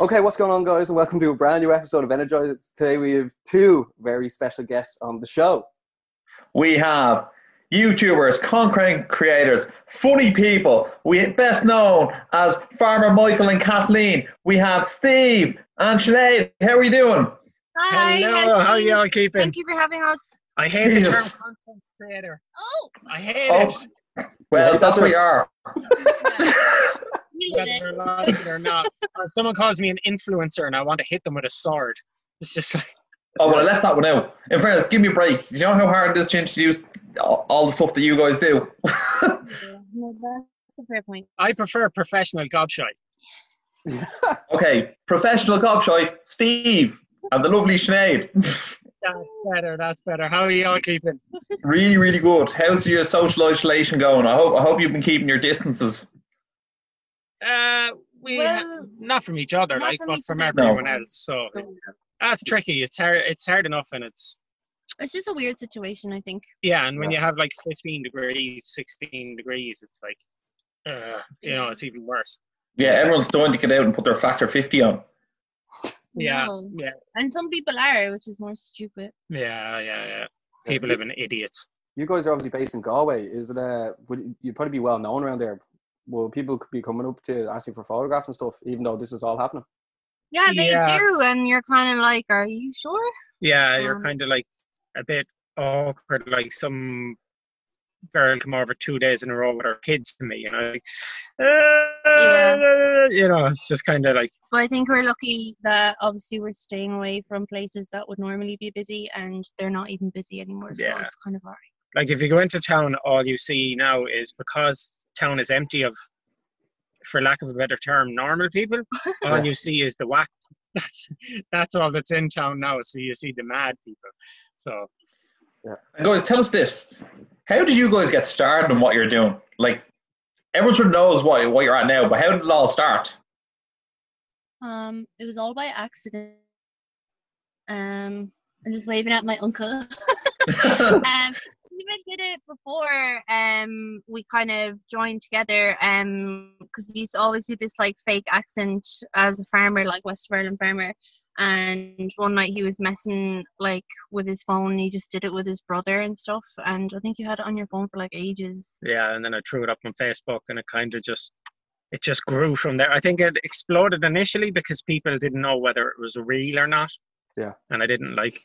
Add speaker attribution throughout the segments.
Speaker 1: Okay, what's going on, guys, and welcome to a brand new episode of Energize. Today we have two very special guests on the show.
Speaker 2: We have YouTubers, content creators, funny people. We best known as Farmer Michael and Kathleen. We have Steve and Sinead. How are you doing?
Speaker 3: Hi,
Speaker 4: Hello, how
Speaker 3: Leslie.
Speaker 4: y'all keeping?
Speaker 3: Thank you for having us.
Speaker 4: I hate the term
Speaker 2: Jesus.
Speaker 4: content creator.
Speaker 3: Oh,
Speaker 4: I hate
Speaker 2: Oh,
Speaker 4: it.
Speaker 2: well,
Speaker 1: Yeah,
Speaker 2: that's
Speaker 1: that's
Speaker 2: what we are.
Speaker 3: we love it.
Speaker 4: Whether I like it or not. Or if someone calls me an influencer and I want to hit them with a sword, it's just like,
Speaker 2: Oh, well, I left that one out. In fairness, give me a break. You know how hard it is to introduce all, all the stuff that you guys do?
Speaker 3: Yeah, no, That's a fair point.
Speaker 4: I prefer professional gobshite.
Speaker 2: okay, professional gobshite, Steve, and the lovely Sinead.
Speaker 4: That's better, that's better. How are y'all keeping?
Speaker 2: really, really good. How's your social isolation going? I hope I hope you've been keeping your distances.
Speaker 4: Uh, we ha-
Speaker 3: Well,
Speaker 4: not from each other,
Speaker 3: not
Speaker 4: like,
Speaker 3: from
Speaker 4: but
Speaker 3: each
Speaker 4: from
Speaker 3: other.
Speaker 4: everyone
Speaker 3: No.
Speaker 4: else. So that's tricky. It's hard. It's hard enough, and it's
Speaker 3: It's just a weird situation, I think.
Speaker 4: yeah. And when
Speaker 2: Yeah.
Speaker 4: you have like 15 degrees, 16 degrees, it's like, uh, you know, it's even worse.
Speaker 2: Yeah, everyone's dying to get out and put their factor 50 on.
Speaker 4: Yeah,
Speaker 3: No.
Speaker 4: yeah.
Speaker 3: And some people are, which is more stupid.
Speaker 4: Yeah, yeah, yeah. People live in idiots.
Speaker 1: You guys are obviously based in Galway. Is it uh would you'd probably be well known around there? Will people be coming up to asking for photographs and stuff, even though this is all happening?
Speaker 3: Yeah, they
Speaker 4: Yeah.
Speaker 3: do, and you're kind of like, are you sure?
Speaker 4: Yeah, you're
Speaker 3: Um,
Speaker 4: kind of like a bit awkward. Like some girl come over two days in a row with her kids to me, you know. Like, "Uh," You know, it's just kind of like
Speaker 3: But I think we're lucky that obviously we're staying away from places that would normally be busy, and they're not even busy anymore. So
Speaker 4: Yeah.
Speaker 3: it's kind of alright.
Speaker 4: like if you go into town, all you see now is because town is empty of, for lack of a better term, normal people. All
Speaker 1: Yeah.
Speaker 4: you see is the whack. That's that's all that's in town now. So you see the mad people. So
Speaker 2: And guys, tell us this. How did you guys get started in what you're doing? Like, everyone sort of knows what, what you're at now, but how did it all start?
Speaker 3: Um, it was all by accident. Um, I'm just waving at my uncle. um, we even did it before um we kind of joined together um because he used to always do this like fake accent as a farmer like west of ireland farmer and one night he was messing like with his phone and he just did it with his brother and stuff and i think you had it on your phone for like ages
Speaker 4: yeah and then i threw it up on facebook and it kind of just it just grew from there i think it exploded initially because people didn't know whether it was real or not
Speaker 1: Yeah.
Speaker 4: and i didn't like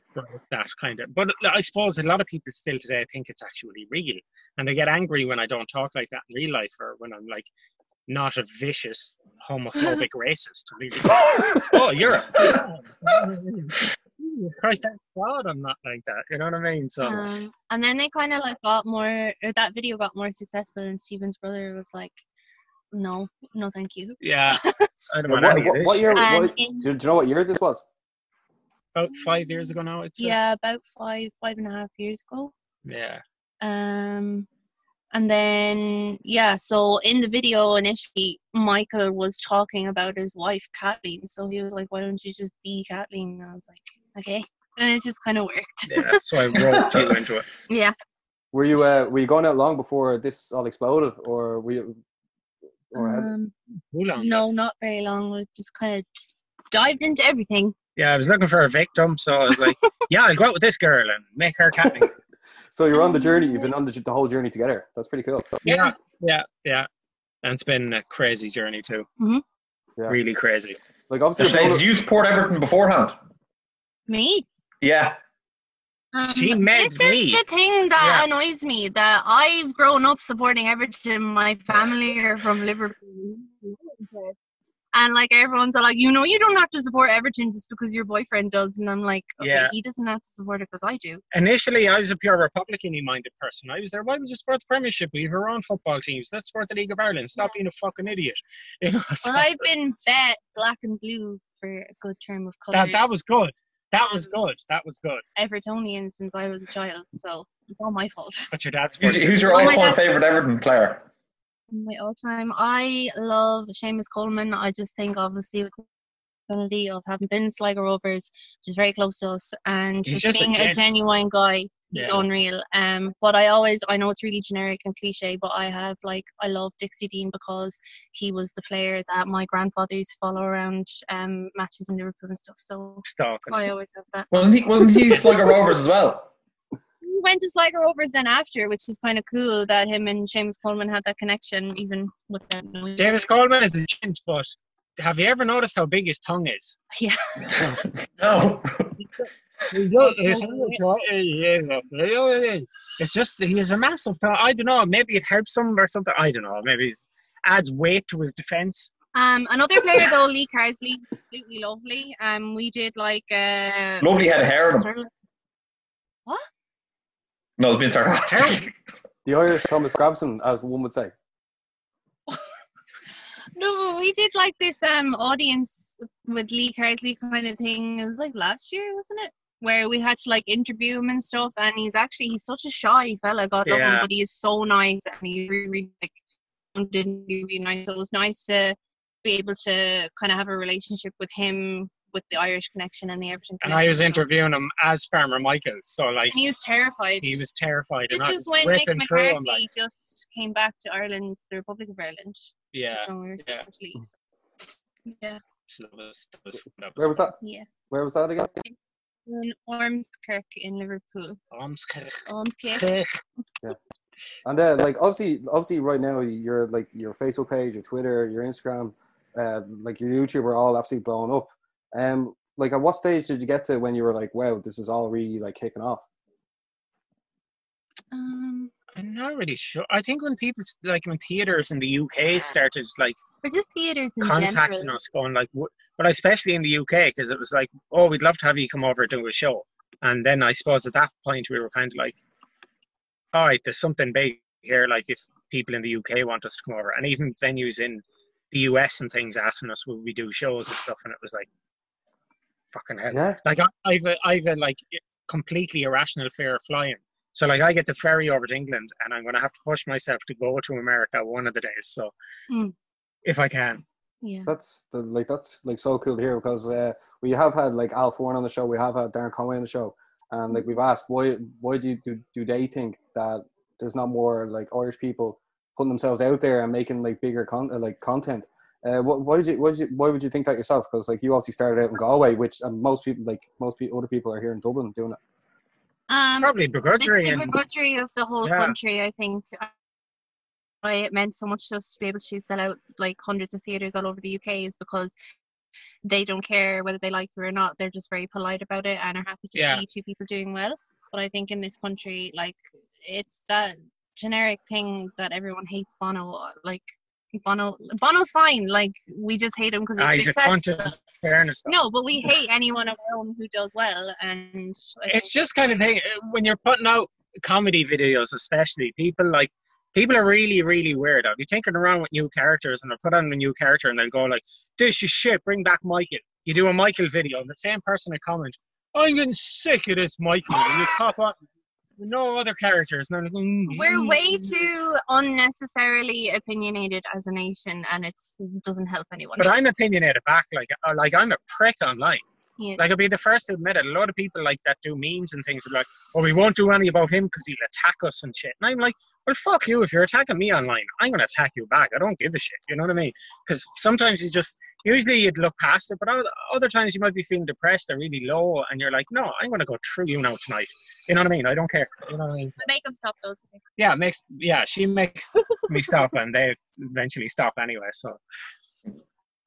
Speaker 4: that kind of but i suppose a lot of people still today think it's actually real and they get angry when i don't talk like that in real life or when i'm like not a vicious homophobic racist They go, oh you're a christ thank god i'm not like that you know what i mean so
Speaker 3: um, and then they kind of like got more or that video got more successful and steven's brother was like no no thank you
Speaker 4: yeah i don't
Speaker 1: What,
Speaker 4: want any of
Speaker 1: what-
Speaker 4: this
Speaker 1: what year?
Speaker 3: Um,
Speaker 1: what-
Speaker 3: in-
Speaker 1: do, do you know what year this was?
Speaker 4: about five years ago now it's
Speaker 3: yeah about five five and a half years ago
Speaker 4: yeah
Speaker 3: um and then yeah so in the video initially michael was talking about his wife kathleen so he was like why don't you just be kathleen and i was like okay and it just kind of worked
Speaker 4: yeah so i roped you into it
Speaker 3: yeah
Speaker 1: Were you uh, were you going out long before this all exploded, or were you? Or had-
Speaker 3: um,
Speaker 4: Too long.
Speaker 3: no not very long we just kind of just dived into everything
Speaker 4: yeah i was looking for a victim so i was like yeah i'll go out with this girl and make her capping
Speaker 1: so you're on the journey.
Speaker 3: um,
Speaker 1: You've been on the, j- the whole journey together. That's pretty cool.
Speaker 4: yeah yeah yeah and it's been a crazy journey too
Speaker 3: Mhm.
Speaker 1: Yeah.
Speaker 4: really crazy
Speaker 1: Like
Speaker 2: So,
Speaker 1: obviously,
Speaker 2: Sinead,
Speaker 1: Rona-
Speaker 2: did you support Everton beforehand?
Speaker 3: me
Speaker 2: Yeah.
Speaker 3: Um,
Speaker 4: She meant
Speaker 3: this
Speaker 4: me.
Speaker 3: is the thing that
Speaker 4: Yeah.
Speaker 3: annoys me that I've grown up supporting Everton. My family are from Liverpool, and like everyone's all like, you know, you don't have to support Everton just because your boyfriend does. And I'm like, okay,
Speaker 4: Yeah.
Speaker 3: he doesn't have to support it because I do.
Speaker 4: initially i was a pure republican minded person i was there why would you support the premiership we have our own football teams let's support the league of ireland stop being a fucking idiot you know so
Speaker 3: Well, I've been bet black and blue for a good term of colours.
Speaker 4: that, that was good that was
Speaker 3: Um,
Speaker 4: good that was good
Speaker 3: Evertonian since I was a child, so it's all my fault.
Speaker 4: but your dad's
Speaker 2: Who's, who's your
Speaker 3: Oh my
Speaker 2: all-time
Speaker 3: God.
Speaker 2: favourite Everton player?
Speaker 3: my all time. I love Seamus Coleman. I just think obviously with the penalty of having been Sligo Rovers, which is very close to us, and
Speaker 4: He's
Speaker 3: just,
Speaker 4: just a
Speaker 3: being a,
Speaker 4: gent.
Speaker 3: genuine guy. He's
Speaker 4: Yeah.
Speaker 3: unreal. Um, but I always, I know it's really generic and cliche, but I have like, I love Dixie Dean because he was the player that my grandfather used to follow around um matches in Liverpool and stuff. So
Speaker 4: Stalking.
Speaker 3: I always have that.
Speaker 2: Wasn't he, wasn't he Sligo Rovers as well?
Speaker 3: He went to Sligo Rovers then after, which is kind of cool that him and Seamus Coleman had that connection, even without knowing.
Speaker 4: Davis Coleman is a gent, but have you ever noticed how big his tongue is?
Speaker 2: No.
Speaker 4: It's just that he is a massive. tongue. I don't know. Maybe it helps him or something. I don't know. Maybe it adds weight to his defense.
Speaker 3: Um, another player though, Lee Carsley, absolutely lovely. Um, we did like uh,
Speaker 2: Lovely head of hair on him.
Speaker 3: sort of-
Speaker 2: No, it's been sarcastic.
Speaker 1: The Irish Thomas Grabson, as one would say.
Speaker 3: no, we did like this um audience with Lee Carsley kind of thing. It was like last year, wasn't it? Where we had to like interview him and stuff, and he's actually he's such a shy fella, God love him,
Speaker 4: Yeah.
Speaker 3: but he is so nice and he really, really like didn't really nice. So it was nice to be able to kind of have a relationship with him with the Irish connection and the Everton
Speaker 4: And
Speaker 3: connection.
Speaker 4: I was
Speaker 3: So-
Speaker 4: interviewing him as Farmer Michael, so like
Speaker 3: and he was terrified.
Speaker 4: he was terrified.
Speaker 3: This
Speaker 4: and I
Speaker 3: is
Speaker 4: was
Speaker 3: when Mick
Speaker 4: ripping through him,
Speaker 3: McCarthy
Speaker 4: like,
Speaker 3: just came back to Ireland, the Republic of Ireland.
Speaker 4: yeah.
Speaker 3: So we were
Speaker 4: yeah.
Speaker 3: supposed to leave, so- Yeah.
Speaker 4: So that was- that was- that
Speaker 1: Where
Speaker 4: was-
Speaker 1: was that?
Speaker 3: Yeah.
Speaker 1: Where was that again?
Speaker 3: In Ormskirk in Liverpool.
Speaker 4: Arms kind of-
Speaker 3: Ormskirk.
Speaker 1: And then, like, obviously, obviously, right now, your like your Facebook page, your Twitter, your Instagram, uh, like your YouTube are all absolutely blown up. Um, like, at what stage did you get to when you were like, wow, this is all really like kicking off?
Speaker 3: Um,
Speaker 4: I'm not really sure. I think when people s- like when theaters in the UK started like
Speaker 3: or just theatres in
Speaker 4: contacting
Speaker 3: general.
Speaker 4: us, going like, "Wh- but especially in the UK because it was like, oh, we'd love to have you come over and do a show. And then I suppose at that point we were kind of like, all right, there's something big here. Like if people in the UK want us to come over, and even venues in the US and things asking us will we do shows and stuff, and it was like, fucking hell.
Speaker 1: Yeah,
Speaker 4: Like I, I've a, I've a like completely irrational fear of flying. So like I get the ferry over to England, and I'm gonna have to push myself to go to America one of the days. So
Speaker 3: Mm.
Speaker 4: if I can,
Speaker 3: Yeah.
Speaker 1: that's the, like that's like so cool to hear because uh, we have had like Al Foran on the show, we have had Darren Conway on the show, and like we've asked why why do you, do, do they think that there's not more like Irish people putting themselves out there and making like bigger con- uh, like content? Uh, what, why did you, why did you, why would you think that yourself? Because like you obviously started out in Galway, which and most people like most people, other people are here in Dublin doing it.
Speaker 3: Um,
Speaker 4: probably
Speaker 3: it's
Speaker 4: begrudgery
Speaker 3: the
Speaker 4: and
Speaker 3: begrudgery of the whole
Speaker 4: Yeah.
Speaker 3: country, I think. Why it meant so much to us to be able to sell out like hundreds of theatres all over the UK is because they don't care whether they like you or not. They're just very polite about it and are happy to
Speaker 4: Yeah.
Speaker 3: see two people doing well. But I think in this country, like it's that generic thing that everyone hates Bono. Like Bono, Bono's fine. Like we just hate him because
Speaker 4: Ah,
Speaker 3: he's
Speaker 4: he's a cunt
Speaker 3: successful.
Speaker 4: in fairness. though.
Speaker 3: No, but we hate anyone of our own who does well. And I
Speaker 4: It's
Speaker 3: think-
Speaker 4: just kind of thing uh, when you're putting out comedy videos, especially people like people are really, really weird. I'll be tinkering around with new characters and I'll put on a new character and they'll go like, This is shit, bring back Michael. You do a Michael video and the same person will comment, I'm getting sick of this Michael and you pop on with no other characters and I'm like, "Mm."
Speaker 3: We're way too unnecessarily opinionated as a nation, and it doesn't help anyone.
Speaker 4: But I'm opinionated back, like uh, like I'm a prick online.
Speaker 3: Yeah.
Speaker 4: Like I'll be the first to admit it. A lot of people like that do memes and things are like, "Oh, we won't do any about him because he'll attack us and shit." And I'm like, "Well, fuck you! If you're attacking me online, I'm gonna attack you back. I don't give a shit. You know what I mean? Because sometimes you just usually you'd look past it, but o- other times you might be feeling depressed or really low, and you're like, "No, I'm gonna go through you now tonight." You know what I mean? I don't care. You know what I mean?
Speaker 3: Make them stop those. things.
Speaker 4: Yeah, it makes yeah, she makes me stop, and they eventually stop anyway. So,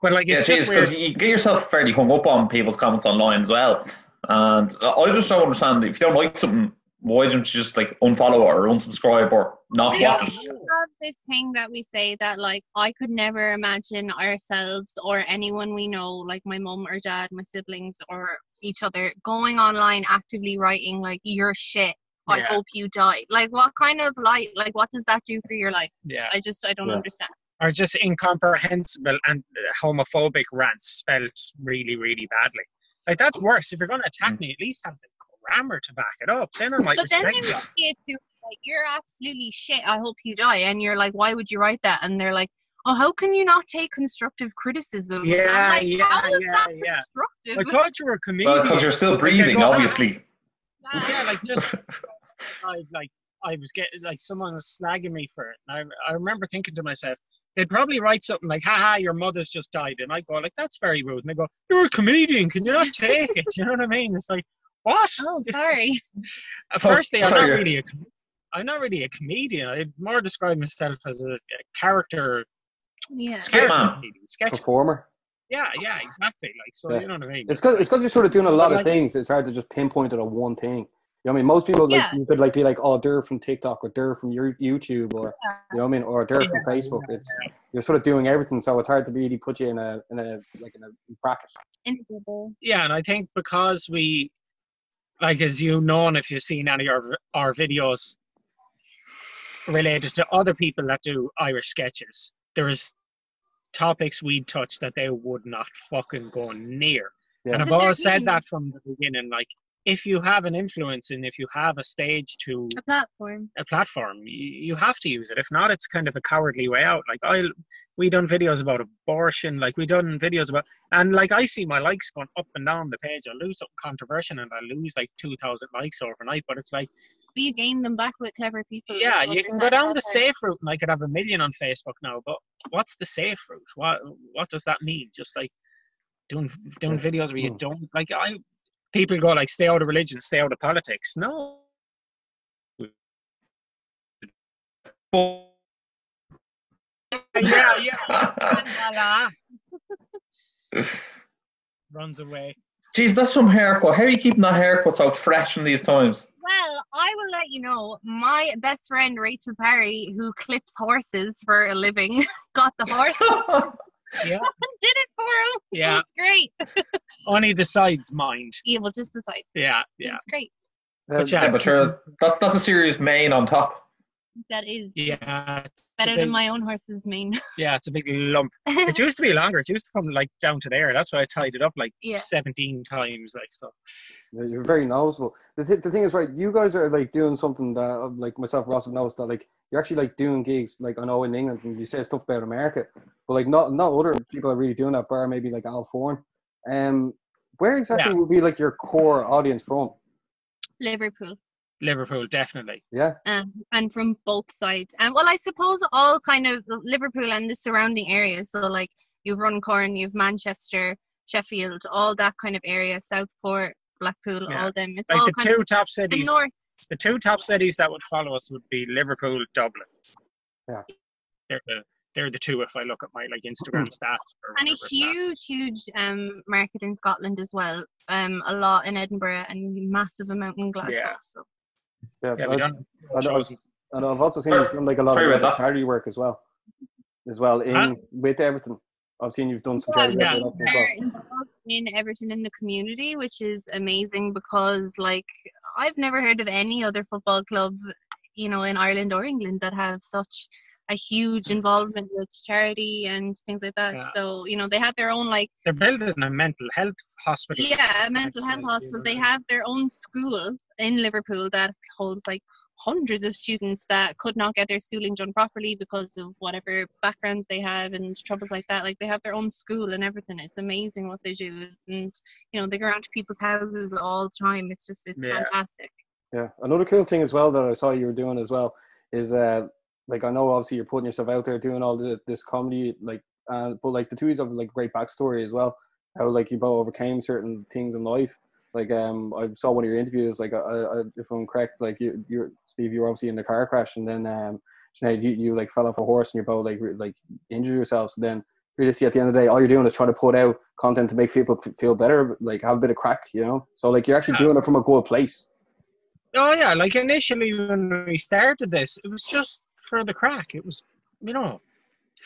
Speaker 4: but like
Speaker 2: Yeah,
Speaker 4: it's
Speaker 2: Jesus,
Speaker 4: just weird.
Speaker 2: because you get yourself fairly hung up on people's comments online as well. And I just don't understand if you don't like something, why don't you just like unfollow or unsubscribe or not
Speaker 3: Yeah.
Speaker 2: watch it?
Speaker 3: We have this thing that we say that like I could never imagine ourselves or anyone we know, like my mum or dad, my siblings or each other, going online actively writing like "you're shit." I
Speaker 4: Yeah.
Speaker 3: hope you die. Like, what kind of light? Like, what does that do for your life?
Speaker 4: Yeah.
Speaker 3: I just, I don't
Speaker 1: Yeah.
Speaker 3: understand.
Speaker 4: are just incomprehensible and uh, homophobic rants spelled really, really badly. Like that's worse. If you're going to attack me, at least have the grammar to back it up. Then I might
Speaker 3: But then
Speaker 4: respect
Speaker 3: they
Speaker 4: you.
Speaker 3: see it through, like, you're absolutely shit. I hope you die. And you're like, why would you write that? And they're like, oh, how can you not take constructive criticism? And I'm
Speaker 4: Yeah,
Speaker 3: like,
Speaker 4: yeah,
Speaker 3: how is
Speaker 4: yeah,
Speaker 3: that
Speaker 4: yeah.
Speaker 3: constructive?
Speaker 4: I thought you were a comedian.
Speaker 2: Well, because you're still breathing, obviously.
Speaker 4: yeah, like just I like I was getting like someone was snagging me for it. And I I remember thinking to myself, they'd probably write something like, "Ha your mother's just died," and I go like, "That's very rude." And they go, "You're a comedian, can you not take it?" You know what I mean? It's like, what?
Speaker 3: Oh, sorry.
Speaker 4: At
Speaker 1: Oh,
Speaker 4: Firstly, I'm not
Speaker 2: sorry.
Speaker 4: really a com- I'm not really a comedian. I more describe myself as a, a character,
Speaker 3: Yeah.
Speaker 4: character
Speaker 2: man.
Speaker 4: comedian, sketch.
Speaker 1: performer.
Speaker 4: Yeah, yeah, exactly. Like, so
Speaker 1: Yeah.
Speaker 4: you know what I mean?
Speaker 1: It's because it's because you're sort of doing a lot
Speaker 4: But
Speaker 1: of
Speaker 4: like-
Speaker 1: things. It's hard to just pinpoint it on one thing. You know what I mean? Most people like
Speaker 3: Yeah.
Speaker 1: you could like be like, oh, they're from TikTok or they're from your YouTube or you know what I mean, or they're from
Speaker 4: Yeah,
Speaker 1: Facebook. It's you're sort of doing everything, so it's hard to really put you in a in a like in a bracket.
Speaker 3: In the bubble.
Speaker 4: yeah, and I think because we, like, as you know, and if you've seen any of our, our videos related to other people that do Irish sketches, there is topics we touch that they would not fucking go near.
Speaker 1: Yeah.
Speaker 4: And I've
Speaker 3: But they're
Speaker 4: always said
Speaker 3: mean.
Speaker 4: that from the beginning. Like, if you have an influence and if you have a stage to
Speaker 3: A platform.
Speaker 4: a platform, you, you have to use it. If not, it's kind of a cowardly way out. Like I, we done videos about abortion. Like we done videos about, and like I see my likes going up and down the page. I lose something controversial, and I lose like two thousand likes overnight. But it's like,
Speaker 3: But you gain them back with clever people.
Speaker 4: yeah,
Speaker 3: Like,
Speaker 4: you can go
Speaker 3: understand
Speaker 4: down the
Speaker 3: that.
Speaker 4: safe route, and I could have a million on Facebook now. But what's the safe route? What what does that mean? Just like doing doing videos where you
Speaker 1: Hmm.
Speaker 4: don't like I. People go like, stay out of religion, stay out of politics. No, yeah, yeah. Voila. Runs away.
Speaker 2: Jeez, that's some haircut. How are you keeping that haircut so fresh in these times?
Speaker 3: Well, I will let you know. My best friend Rachel Parry, who clips horses for a living, got the horse
Speaker 4: Yeah,
Speaker 3: and did it for him.
Speaker 4: yeah.
Speaker 3: It's great.
Speaker 4: Only the sides mind.
Speaker 3: Yeah, well, just the side.
Speaker 4: Yeah, yeah.
Speaker 3: It's great.
Speaker 4: But
Speaker 2: yeah,
Speaker 4: yeah,
Speaker 2: but sure, that's that's a serious mane on top.
Speaker 3: That is
Speaker 4: yeah. It's a
Speaker 3: better
Speaker 4: big-
Speaker 3: than my own horse's mane.
Speaker 4: Yeah, it's a big lump. It used to be longer. It used to come like down to there. That's why I tied it up like
Speaker 3: Yeah.
Speaker 4: seventeen times. Like so.
Speaker 1: You're you're very noticeable. The, th- the thing is, right? You guys are like doing something that, uh, like myself, and Ross have noticed that, like, you're actually like doing gigs, like I know in England, and you say stuff about America, but like, not not other people are really doing that. Bar maybe like Al Foran. Um, where exactly would be like your core audience from?
Speaker 3: Liverpool.
Speaker 4: Liverpool definitely.
Speaker 1: Yeah,
Speaker 3: um, and from both sides. And well, I suppose all kind of Liverpool and the surrounding areas. So like you've Runcorn, you've Manchester, Sheffield, all that kind of area, Southport, Blackpool,
Speaker 4: Yeah.
Speaker 3: all them. It's
Speaker 4: Like
Speaker 3: all
Speaker 4: the
Speaker 3: kind
Speaker 4: two
Speaker 3: of
Speaker 4: top
Speaker 3: the
Speaker 4: cities.
Speaker 3: north.
Speaker 4: The two top cities that would follow us would be Liverpool, Dublin.
Speaker 1: Yeah.
Speaker 4: They're the they're the two. If I look at my like Instagram stats. Or
Speaker 3: And a
Speaker 4: whatever stats.
Speaker 3: huge, huge um, market in Scotland as well. Um, a lot in Edinburgh and massive amount in Glasgow.
Speaker 4: Yeah.
Speaker 3: So
Speaker 1: yeah.
Speaker 4: Yeah,
Speaker 1: I-
Speaker 4: we done
Speaker 1: I know
Speaker 4: shows
Speaker 1: it's- and I've also seen you've done like a lot
Speaker 2: Sorry
Speaker 1: of
Speaker 2: about
Speaker 1: like,
Speaker 2: that.
Speaker 1: charity work as well, as well in
Speaker 4: Huh?
Speaker 1: with everything. I've seen you've done some charity
Speaker 4: yeah.
Speaker 1: work with Everton as well.
Speaker 3: are involved in Everton in the community, which is amazing because like I've never heard of any other football club, you know, in Ireland or England that have such a huge involvement with charity and things like that.
Speaker 4: Yeah.
Speaker 3: So you know, they have their own like
Speaker 4: they're building a mental health hospital.
Speaker 3: yeah, a mental
Speaker 4: It's
Speaker 3: health
Speaker 4: like,
Speaker 3: hospital.
Speaker 4: you
Speaker 3: They
Speaker 4: know,
Speaker 3: have their own school in Liverpool that holds like hundreds of students that could not get their schooling done properly because of whatever backgrounds they have and troubles like that. Like they have their own school and everything. It's amazing what they do. And you know, they go around to people's houses all the time. It's just it's
Speaker 4: Yeah.
Speaker 3: fantastic.
Speaker 1: Yeah. Another cool thing as well that I saw you were doing as well is uh like I know obviously you're putting yourself out there doing all the, this comedy like uh, but like the two of you have like great backstory as well how like you both overcame certain things in life like um I saw one of your interviews like I, I, if I'm correct like you you Steve you were obviously in the car crash and then um Sinead, you you like fell off a horse and you both like re- like injured yourselves and then realistically at the end of the day all you're doing is trying to put out content to make people f- feel better like have a bit of crack you know so like you're actually
Speaker 4: Yeah.
Speaker 1: doing it from a good place.
Speaker 4: Oh yeah, like initially when we started this, it was just for the crack. It was, you know,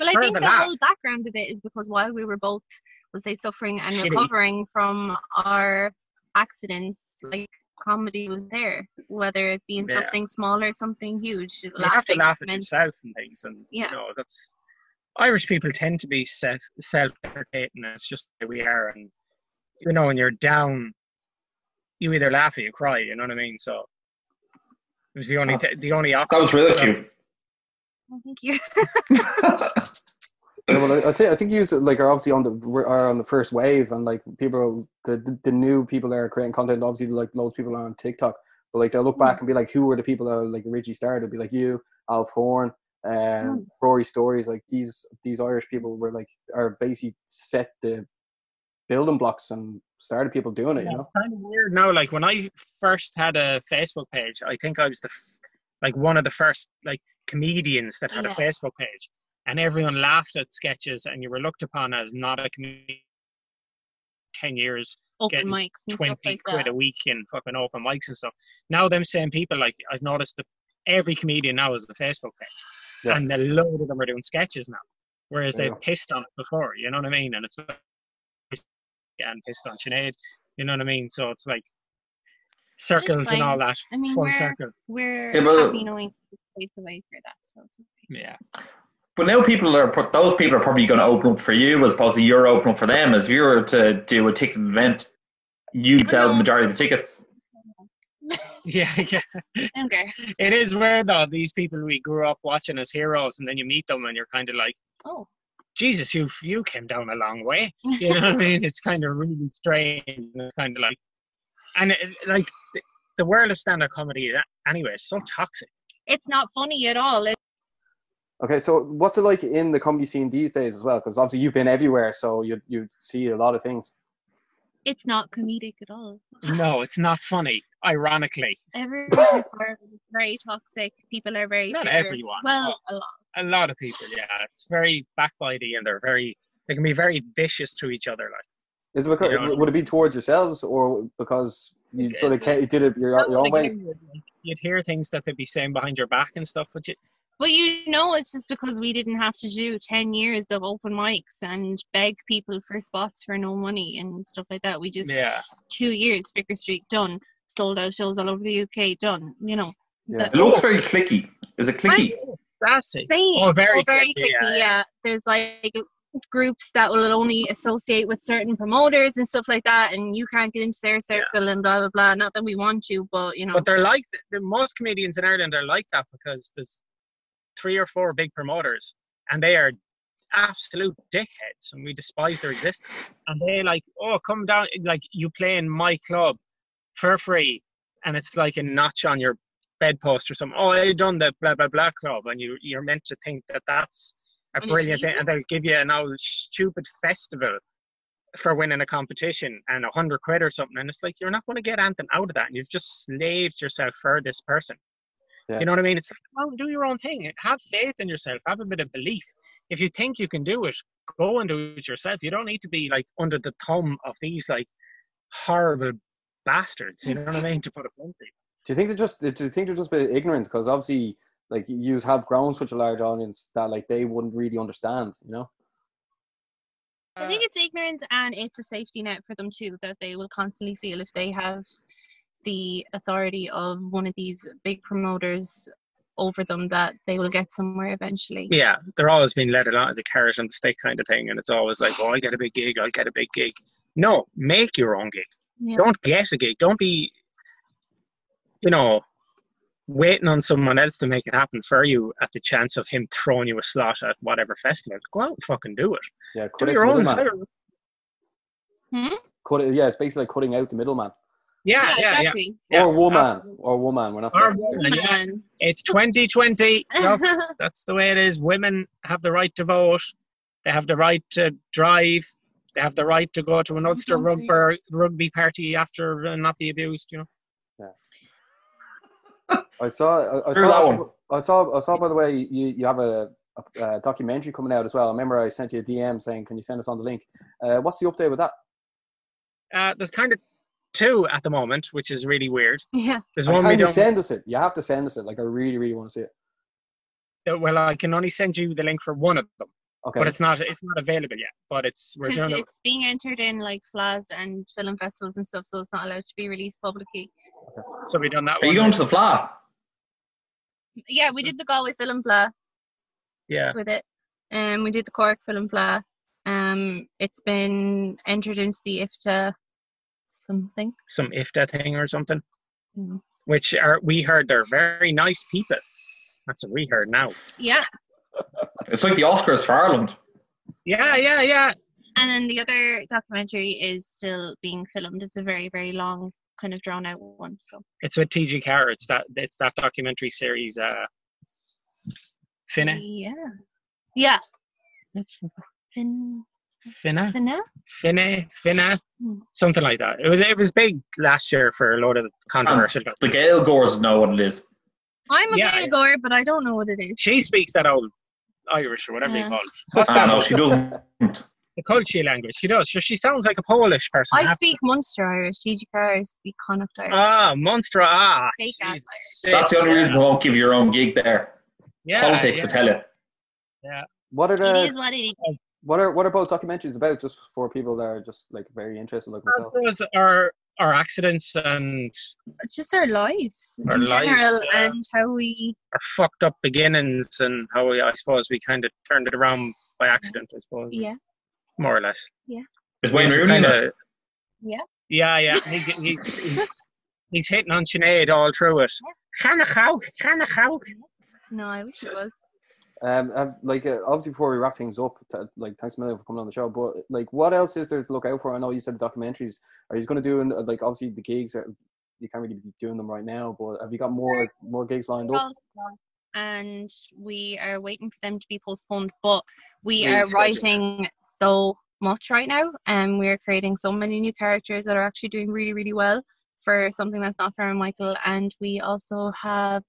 Speaker 3: Well, I
Speaker 4: Fair
Speaker 3: think the
Speaker 4: enough.
Speaker 3: whole background of it is because while we were both, let's say, suffering and
Speaker 4: Shitty.
Speaker 3: recovering from our accidents, like comedy was there, whether it be in
Speaker 4: Yeah.
Speaker 3: something small or something huge.
Speaker 4: you have to laugh at
Speaker 3: meant-
Speaker 4: yourself and things, and
Speaker 3: Yeah.
Speaker 4: you know that's Irish people tend to be self self deprecating. It's just the way we are, and you know when you're down, you either laugh or you cry. You know what I mean? So it was the only
Speaker 1: Oh.
Speaker 4: th- the only option.
Speaker 2: That was really cute.
Speaker 3: Oh, Thank you.
Speaker 1: Yeah, well, I- I think I think you like are obviously on the we're- are on the first wave, and like people, the the new people that are creating content. Obviously, like loads of people are on TikTok, But like they'll look back and be like, who were the people that like originally started? It'll be like you, Al Horn, and Rory Stories. Like these these Irish people were like are basically set the building blocks and started people doing it. You know,
Speaker 4: It's kind of weird now. Like when I first had a Facebook page, I think I was the f- like one of the first like comedians that had a
Speaker 3: Yeah.
Speaker 4: Facebook page, and everyone laughed at sketches, and you were looked upon as not a comedian. Ten years,
Speaker 3: Open
Speaker 4: Getting
Speaker 3: mics and
Speaker 4: twenty
Speaker 3: stuff like
Speaker 4: quid
Speaker 3: that.
Speaker 4: a week in fucking open mics and stuff. Now them same people, like I've noticed that every comedian now has a Facebook page,
Speaker 1: Yeah.
Speaker 4: and a load of them are doing sketches now, whereas
Speaker 1: Yeah.
Speaker 4: they've pissed on it before. You know what I mean? And it's like, and pissed on Sinead. You know what I mean? So it's like circles and all that.
Speaker 3: I mean,
Speaker 4: Full
Speaker 3: we're
Speaker 4: circle.
Speaker 3: we're
Speaker 2: Yeah, but-
Speaker 3: happy knowing safe away for that. So it's okay.
Speaker 4: Yeah.
Speaker 2: But now people are put those people are probably going to open up for you as opposed to you're opening up for them. As if you were to do a ticket event, you'd sell the majority of the tickets.
Speaker 4: Yeah, yeah.
Speaker 3: I don't care.
Speaker 4: It is weird though. These people we grew up watching as heroes, and then you meet them, and you're kind of like,
Speaker 3: Oh,
Speaker 4: Jesus, you you came down a long way. You know what I mean? It's kind of really strange. and It's kind of like, and it, like the, the world of stand-up comedy, uh, anyway, is so toxic.
Speaker 3: it's not funny at all. It,
Speaker 1: Okay, so what's it like in the comedy scene these days as well? Because obviously you've been everywhere, so you you see a lot of things.
Speaker 3: it's not comedic at all.
Speaker 4: No, it's not funny. Ironically,
Speaker 3: Everyone is horrible. It's very toxic. People are very
Speaker 4: Not
Speaker 3: bitter.
Speaker 4: everyone.
Speaker 3: Well, a lot.
Speaker 4: a lot of people, yeah, it's very backbiting, and they're very they can be very vicious to each other. Like,
Speaker 1: Is it because,
Speaker 4: Yeah.
Speaker 1: would it be towards yourselves or because you
Speaker 4: It's-
Speaker 1: sort of ca- did it your, your own way?
Speaker 4: Again, you'd, like, you'd hear things that they'd be saying behind your back and stuff, but you,
Speaker 3: But you know, it's just because we didn't have to do 10 years of open mics and beg people for spots for no money and stuff like that. We just,
Speaker 4: yeah.
Speaker 3: two years, Vicker Street done, sold out shows all over the UK done, you know.
Speaker 1: Yeah.
Speaker 3: That-
Speaker 2: It
Speaker 4: Oh.
Speaker 2: looks very clicky. Is it clicky?
Speaker 4: Classy.
Speaker 3: saying.
Speaker 4: Oh, very
Speaker 3: very
Speaker 4: clicky,
Speaker 3: clicky, yeah.
Speaker 4: yeah,
Speaker 3: There's like groups that will only associate with certain promoters and stuff like that, and you can't get into their circle and blah blah blah. Not that we want you, but you know,
Speaker 4: But they're like the most comedians in Ireland are like that because there's three or four big promoters and they are absolute dickheads and we despise their existence. And they like, oh, come down, like you play in my club for free, and it's like a notch on your bedpost or something. Oh, I done the blah blah blah club, and you you're meant to think that that's a
Speaker 3: An
Speaker 4: brilliant thing, and they'll give you an old stupid festival for winning a competition and a hundred quid or something, and it's like you're not going to get anything out of that, and you've just slaved yourself for this person.
Speaker 1: Yeah.
Speaker 4: You know what I mean? It's like, well, do your own thing. Have faith in yourself. Have a bit of belief. If you think you can do it, go and do it yourself. You don't need to be like under the thumb of these like horrible bastards. You know what I mean? To put it bluntly.
Speaker 1: Do you think they're just do you think they're just a bit ignorant? Because obviously, like you have grown such a large audience that like they wouldn't really understand. You know,
Speaker 3: I think it's ignorance and it's a safety net for them too that they will constantly feel if they have the authority of one of these big promoters over them that they will get somewhere eventually.
Speaker 4: Yeah, they're always being led along the carrot and the stick kind of thing, and it's always like, oh, I get a big gig, I get a big gig. No, make your own gig.
Speaker 3: Yeah.
Speaker 4: Don't get a gig. Don't be, you know, waiting on someone else to make it happen for you at the chance of him throwing you a slot at whatever festival. Go out and fucking do it.
Speaker 1: yeah, cut
Speaker 4: Do
Speaker 1: out
Speaker 4: your
Speaker 1: the
Speaker 4: own.
Speaker 1: middleman.
Speaker 4: hire-
Speaker 1: Cut it, yeah, it's basically like cutting out the middleman
Speaker 4: Yeah, yeah, yeah.
Speaker 3: exactly.
Speaker 4: Yeah,
Speaker 1: or woman
Speaker 4: absolutely.
Speaker 1: or woman. We're not
Speaker 4: Or
Speaker 1: saying-
Speaker 4: woman. Yeah.
Speaker 3: Man.
Speaker 4: It's 2020. Look, that's the way it is. Women have the right to vote. They have the right to drive. They have the right to go to an Ulster
Speaker 1: Don't they?
Speaker 4: rugby rugby party after and not be abused. You know.
Speaker 1: I saw. I, I
Speaker 2: Sure, that
Speaker 1: saw.
Speaker 2: one.
Speaker 1: I saw. I saw. By the way, you, you have a, a, a documentary coming out as well. I remember I sent you a DM saying, "Can you send us on the link?" Uh, what's the update with that?
Speaker 4: Uh, there's kind of two at the moment, which is really weird.
Speaker 3: yeah.
Speaker 4: There's
Speaker 1: And
Speaker 4: one we
Speaker 1: can you
Speaker 4: don't.
Speaker 1: send us it? You have to send us it. Like I really, really want to see it.
Speaker 4: uh, well, I can only send you the link for one of them,
Speaker 1: Okay.
Speaker 4: but it's not it's not available yet. But it's we're
Speaker 3: Because
Speaker 4: doing it.
Speaker 3: it's being entered in like FLAS and film festivals and stuff, so it's not allowed to be released publicly.
Speaker 4: So we've done that.
Speaker 2: Are you
Speaker 4: one.
Speaker 2: going to the flat?
Speaker 3: Yeah, we did the Galway Film Fla
Speaker 4: Yeah.
Speaker 3: with it, and we did the Cork Film Fla. Um, it's been entered into the IFTA something.
Speaker 4: Some IFTA thing or something,
Speaker 3: Mm.
Speaker 4: which are we heard they're very nice people. That's what we heard now.
Speaker 3: Yeah,
Speaker 2: It's like the Oscars for Ireland.
Speaker 4: Yeah, yeah, yeah.
Speaker 3: and then the other documentary is still being filmed. It's a very very long kind of drawn out one. So
Speaker 4: It's with TG Carr. It's that it's that documentary series. Uh, Finna,
Speaker 3: Yeah. Yeah. Fin-
Speaker 4: Finna,
Speaker 3: Finna?
Speaker 4: Finna, Finna,
Speaker 3: Hmm.
Speaker 4: something like that. It was it was big last year for a lot of
Speaker 3: Ah.
Speaker 4: controversial.
Speaker 2: The Gael Gores know what it is.
Speaker 3: I'm a
Speaker 4: Yeah,
Speaker 3: yeah,
Speaker 4: I-
Speaker 3: goer, but I don't know what it is.
Speaker 4: She speaks that old Irish or whatever
Speaker 3: Yeah.
Speaker 4: they call it. What's
Speaker 2: Ah,
Speaker 4: that?
Speaker 2: no,
Speaker 4: old-
Speaker 2: she doesn't.
Speaker 4: The culture language. She does. So she sounds like a Polish person.
Speaker 3: I speak Munster Irish. Gigi Carr speak Connacht Irish.
Speaker 4: Ah, Monster. Ah,
Speaker 3: Fake ass
Speaker 4: Jesus.
Speaker 2: That's the only reason I won't give you your own gig there.
Speaker 4: Yeah,
Speaker 2: Politics
Speaker 4: yeah.
Speaker 2: will tell you.
Speaker 1: What are
Speaker 3: it is
Speaker 1: the
Speaker 3: what it is.
Speaker 1: what are what are both documentaries about? Just for people that are just like very interested, like myself.
Speaker 4: Those are our accidents and
Speaker 3: It's just our lives
Speaker 4: Our
Speaker 3: in
Speaker 4: lives,
Speaker 3: general
Speaker 4: yeah.
Speaker 3: and how we
Speaker 4: our fucked up beginnings and how we, I suppose we kind of turned it around by accident. I suppose.
Speaker 3: Yeah.
Speaker 4: More or less.
Speaker 2: Is Wayne Rooney in it?
Speaker 4: Kinda-
Speaker 3: Yeah.
Speaker 4: Yeah, yeah. He, he, he's, he's hitting on Sinead all through it. Canachau, Canachau.
Speaker 3: No, I wish it was.
Speaker 1: Um, um, like uh, obviously before we wrap things up, t- like thanks a million for coming on the show. But like, what else is there to look out for? I know you said documentaries. Are you going to do an- uh, like obviously the gigs? Are, you can't really be doing them right now, but have you got more more gigs lined
Speaker 3: Um,
Speaker 1: up?
Speaker 3: And we are waiting for them to be postponed, but we
Speaker 4: Really
Speaker 3: are
Speaker 4: scheduled.
Speaker 3: writing so much right now, and we are creating so many new characters that are actually doing really, really well for something that's not Farrah Michael. And we also have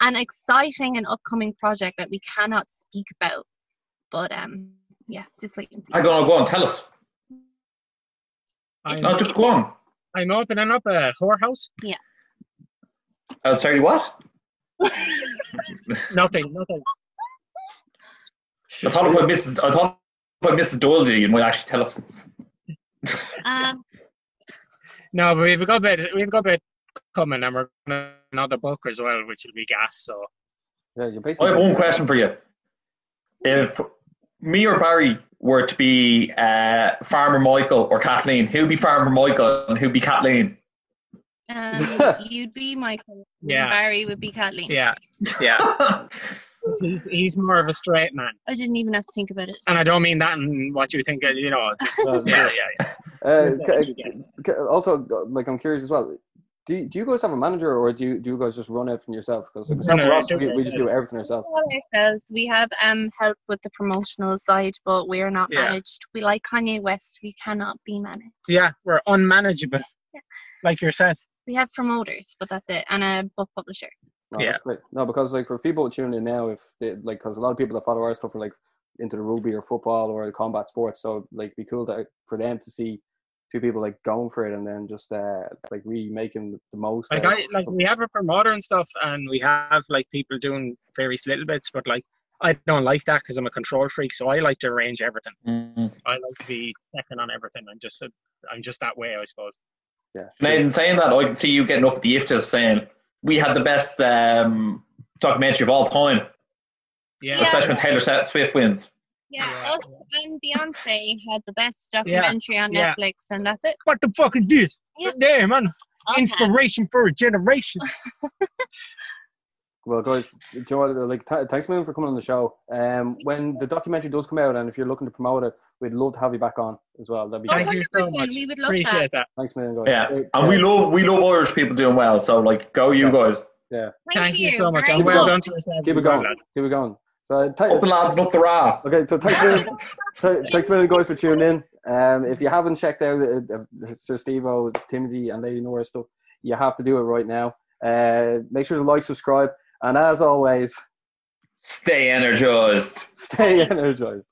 Speaker 3: an exciting and upcoming project that we cannot speak about, but um, yeah, just waiting.
Speaker 2: I don't know. Go on, tell us. No,
Speaker 4: I'm,
Speaker 2: just go on.
Speaker 4: I'm opening up a whorehouse.
Speaker 2: Uh, sorry, what?
Speaker 4: Nothing, nothing.
Speaker 2: I thought if I missed, I thought if I missed Doyle, you might actually tell us.
Speaker 3: Um,
Speaker 4: No, but we've got a bit, we've got a bit coming, and we're going another book as well, which will be gas. So
Speaker 1: Yeah, you're
Speaker 2: I
Speaker 1: basically.
Speaker 2: have one question for you. If me or Barry were to be uh, Farmer Michael or Kathleen, who'd be Farmer Michael and who'd be Kathleen?
Speaker 3: um, you'd be Michael, and
Speaker 4: Yeah.
Speaker 3: Barry would be Kathleen.
Speaker 4: yeah, yeah.
Speaker 2: Mm-hmm.
Speaker 4: He's, he's more of a straight man,
Speaker 3: I didn't even have to think about it.
Speaker 4: and I don't mean that in what you think. uh, You know, just,
Speaker 1: Uh,
Speaker 4: yeah, yeah,
Speaker 1: uh,
Speaker 4: yeah.
Speaker 1: c- c- also, uh, like I'm curious as well. Do, do you guys have a manager, or do you, do you guys just run everything yourself? Because like,
Speaker 4: No,
Speaker 1: myself
Speaker 4: no,
Speaker 1: and Ross,
Speaker 4: don't-
Speaker 1: we, we just do everything ourselves.
Speaker 3: all ourselves. We have um help with the promotional side, but we are not
Speaker 4: Yeah.
Speaker 3: managed. We like Kanye West. We cannot be managed.
Speaker 4: yeah. We're unmanageable, like yourself.
Speaker 3: We have promoters, but that's it, and a book publisher.
Speaker 1: No,
Speaker 4: Yeah.
Speaker 1: that's great. No, because like for people tuning in now, if they like, because a lot of people that follow our stuff are like into the rugby or football or combat sports, so like be cool to, for them to see two people like going for it and then just uh like remaking the most.
Speaker 4: Like
Speaker 1: out
Speaker 4: I,
Speaker 1: of
Speaker 4: like
Speaker 1: something.
Speaker 4: we have a promoter and stuff, and we have like people doing various little bits, but like. I don't like that because I'm a control freak, so I like to arrange everything.
Speaker 2: Mm.
Speaker 4: I like to be checking on everything. I'm just, a, I'm just that way, I suppose.
Speaker 1: yeah.
Speaker 2: Now, in saying that, I can see you getting up at the IFTAs saying, we had the best um, documentary of all time,
Speaker 4: Yeah,
Speaker 3: Yeah.
Speaker 2: especially when Taylor Sa- Swift wins.
Speaker 3: Yeah,
Speaker 4: Yeah.
Speaker 3: us and Beyonce had the best
Speaker 4: Yeah.
Speaker 3: documentary on
Speaker 4: Yeah.
Speaker 3: Netflix, and that's it.
Speaker 4: what the fuck is this?
Speaker 3: Yeah.
Speaker 4: Damn, man.
Speaker 3: Okay.
Speaker 4: Inspiration for a generation.
Speaker 1: Well, guys, do you know what, like th- thanks million for coming on the show. Um, when the documentary does come out, and if you're looking to promote it, we'd love to have you back on as well. That'd be
Speaker 4: Thank
Speaker 1: great.
Speaker 4: you. so
Speaker 3: 100%,
Speaker 4: much.
Speaker 3: We would love that.
Speaker 4: Appreciate that.
Speaker 1: Thanks, million, guys.
Speaker 2: Yeah, and we love we love Irish people doing well. So like, go you
Speaker 1: Yeah.
Speaker 2: guys,
Speaker 3: Thank,
Speaker 4: Thank you so much.
Speaker 3: Very
Speaker 4: And well
Speaker 3: good.
Speaker 4: done to yourselves.
Speaker 1: keep it
Speaker 4: as well,
Speaker 1: going.
Speaker 4: lad.
Speaker 1: Keep it going. So, t-
Speaker 2: up the lads and up the ra.
Speaker 1: Okay, so thanks for th- thanks for guys for tuning in. Um, if you haven't checked out uh, uh, Sir Steve-O, Timothy, and Lady Nora stuff, you have to do it right now. Uh, make sure to like, subscribe, and as always,
Speaker 2: Stay energized.
Speaker 1: stay energized.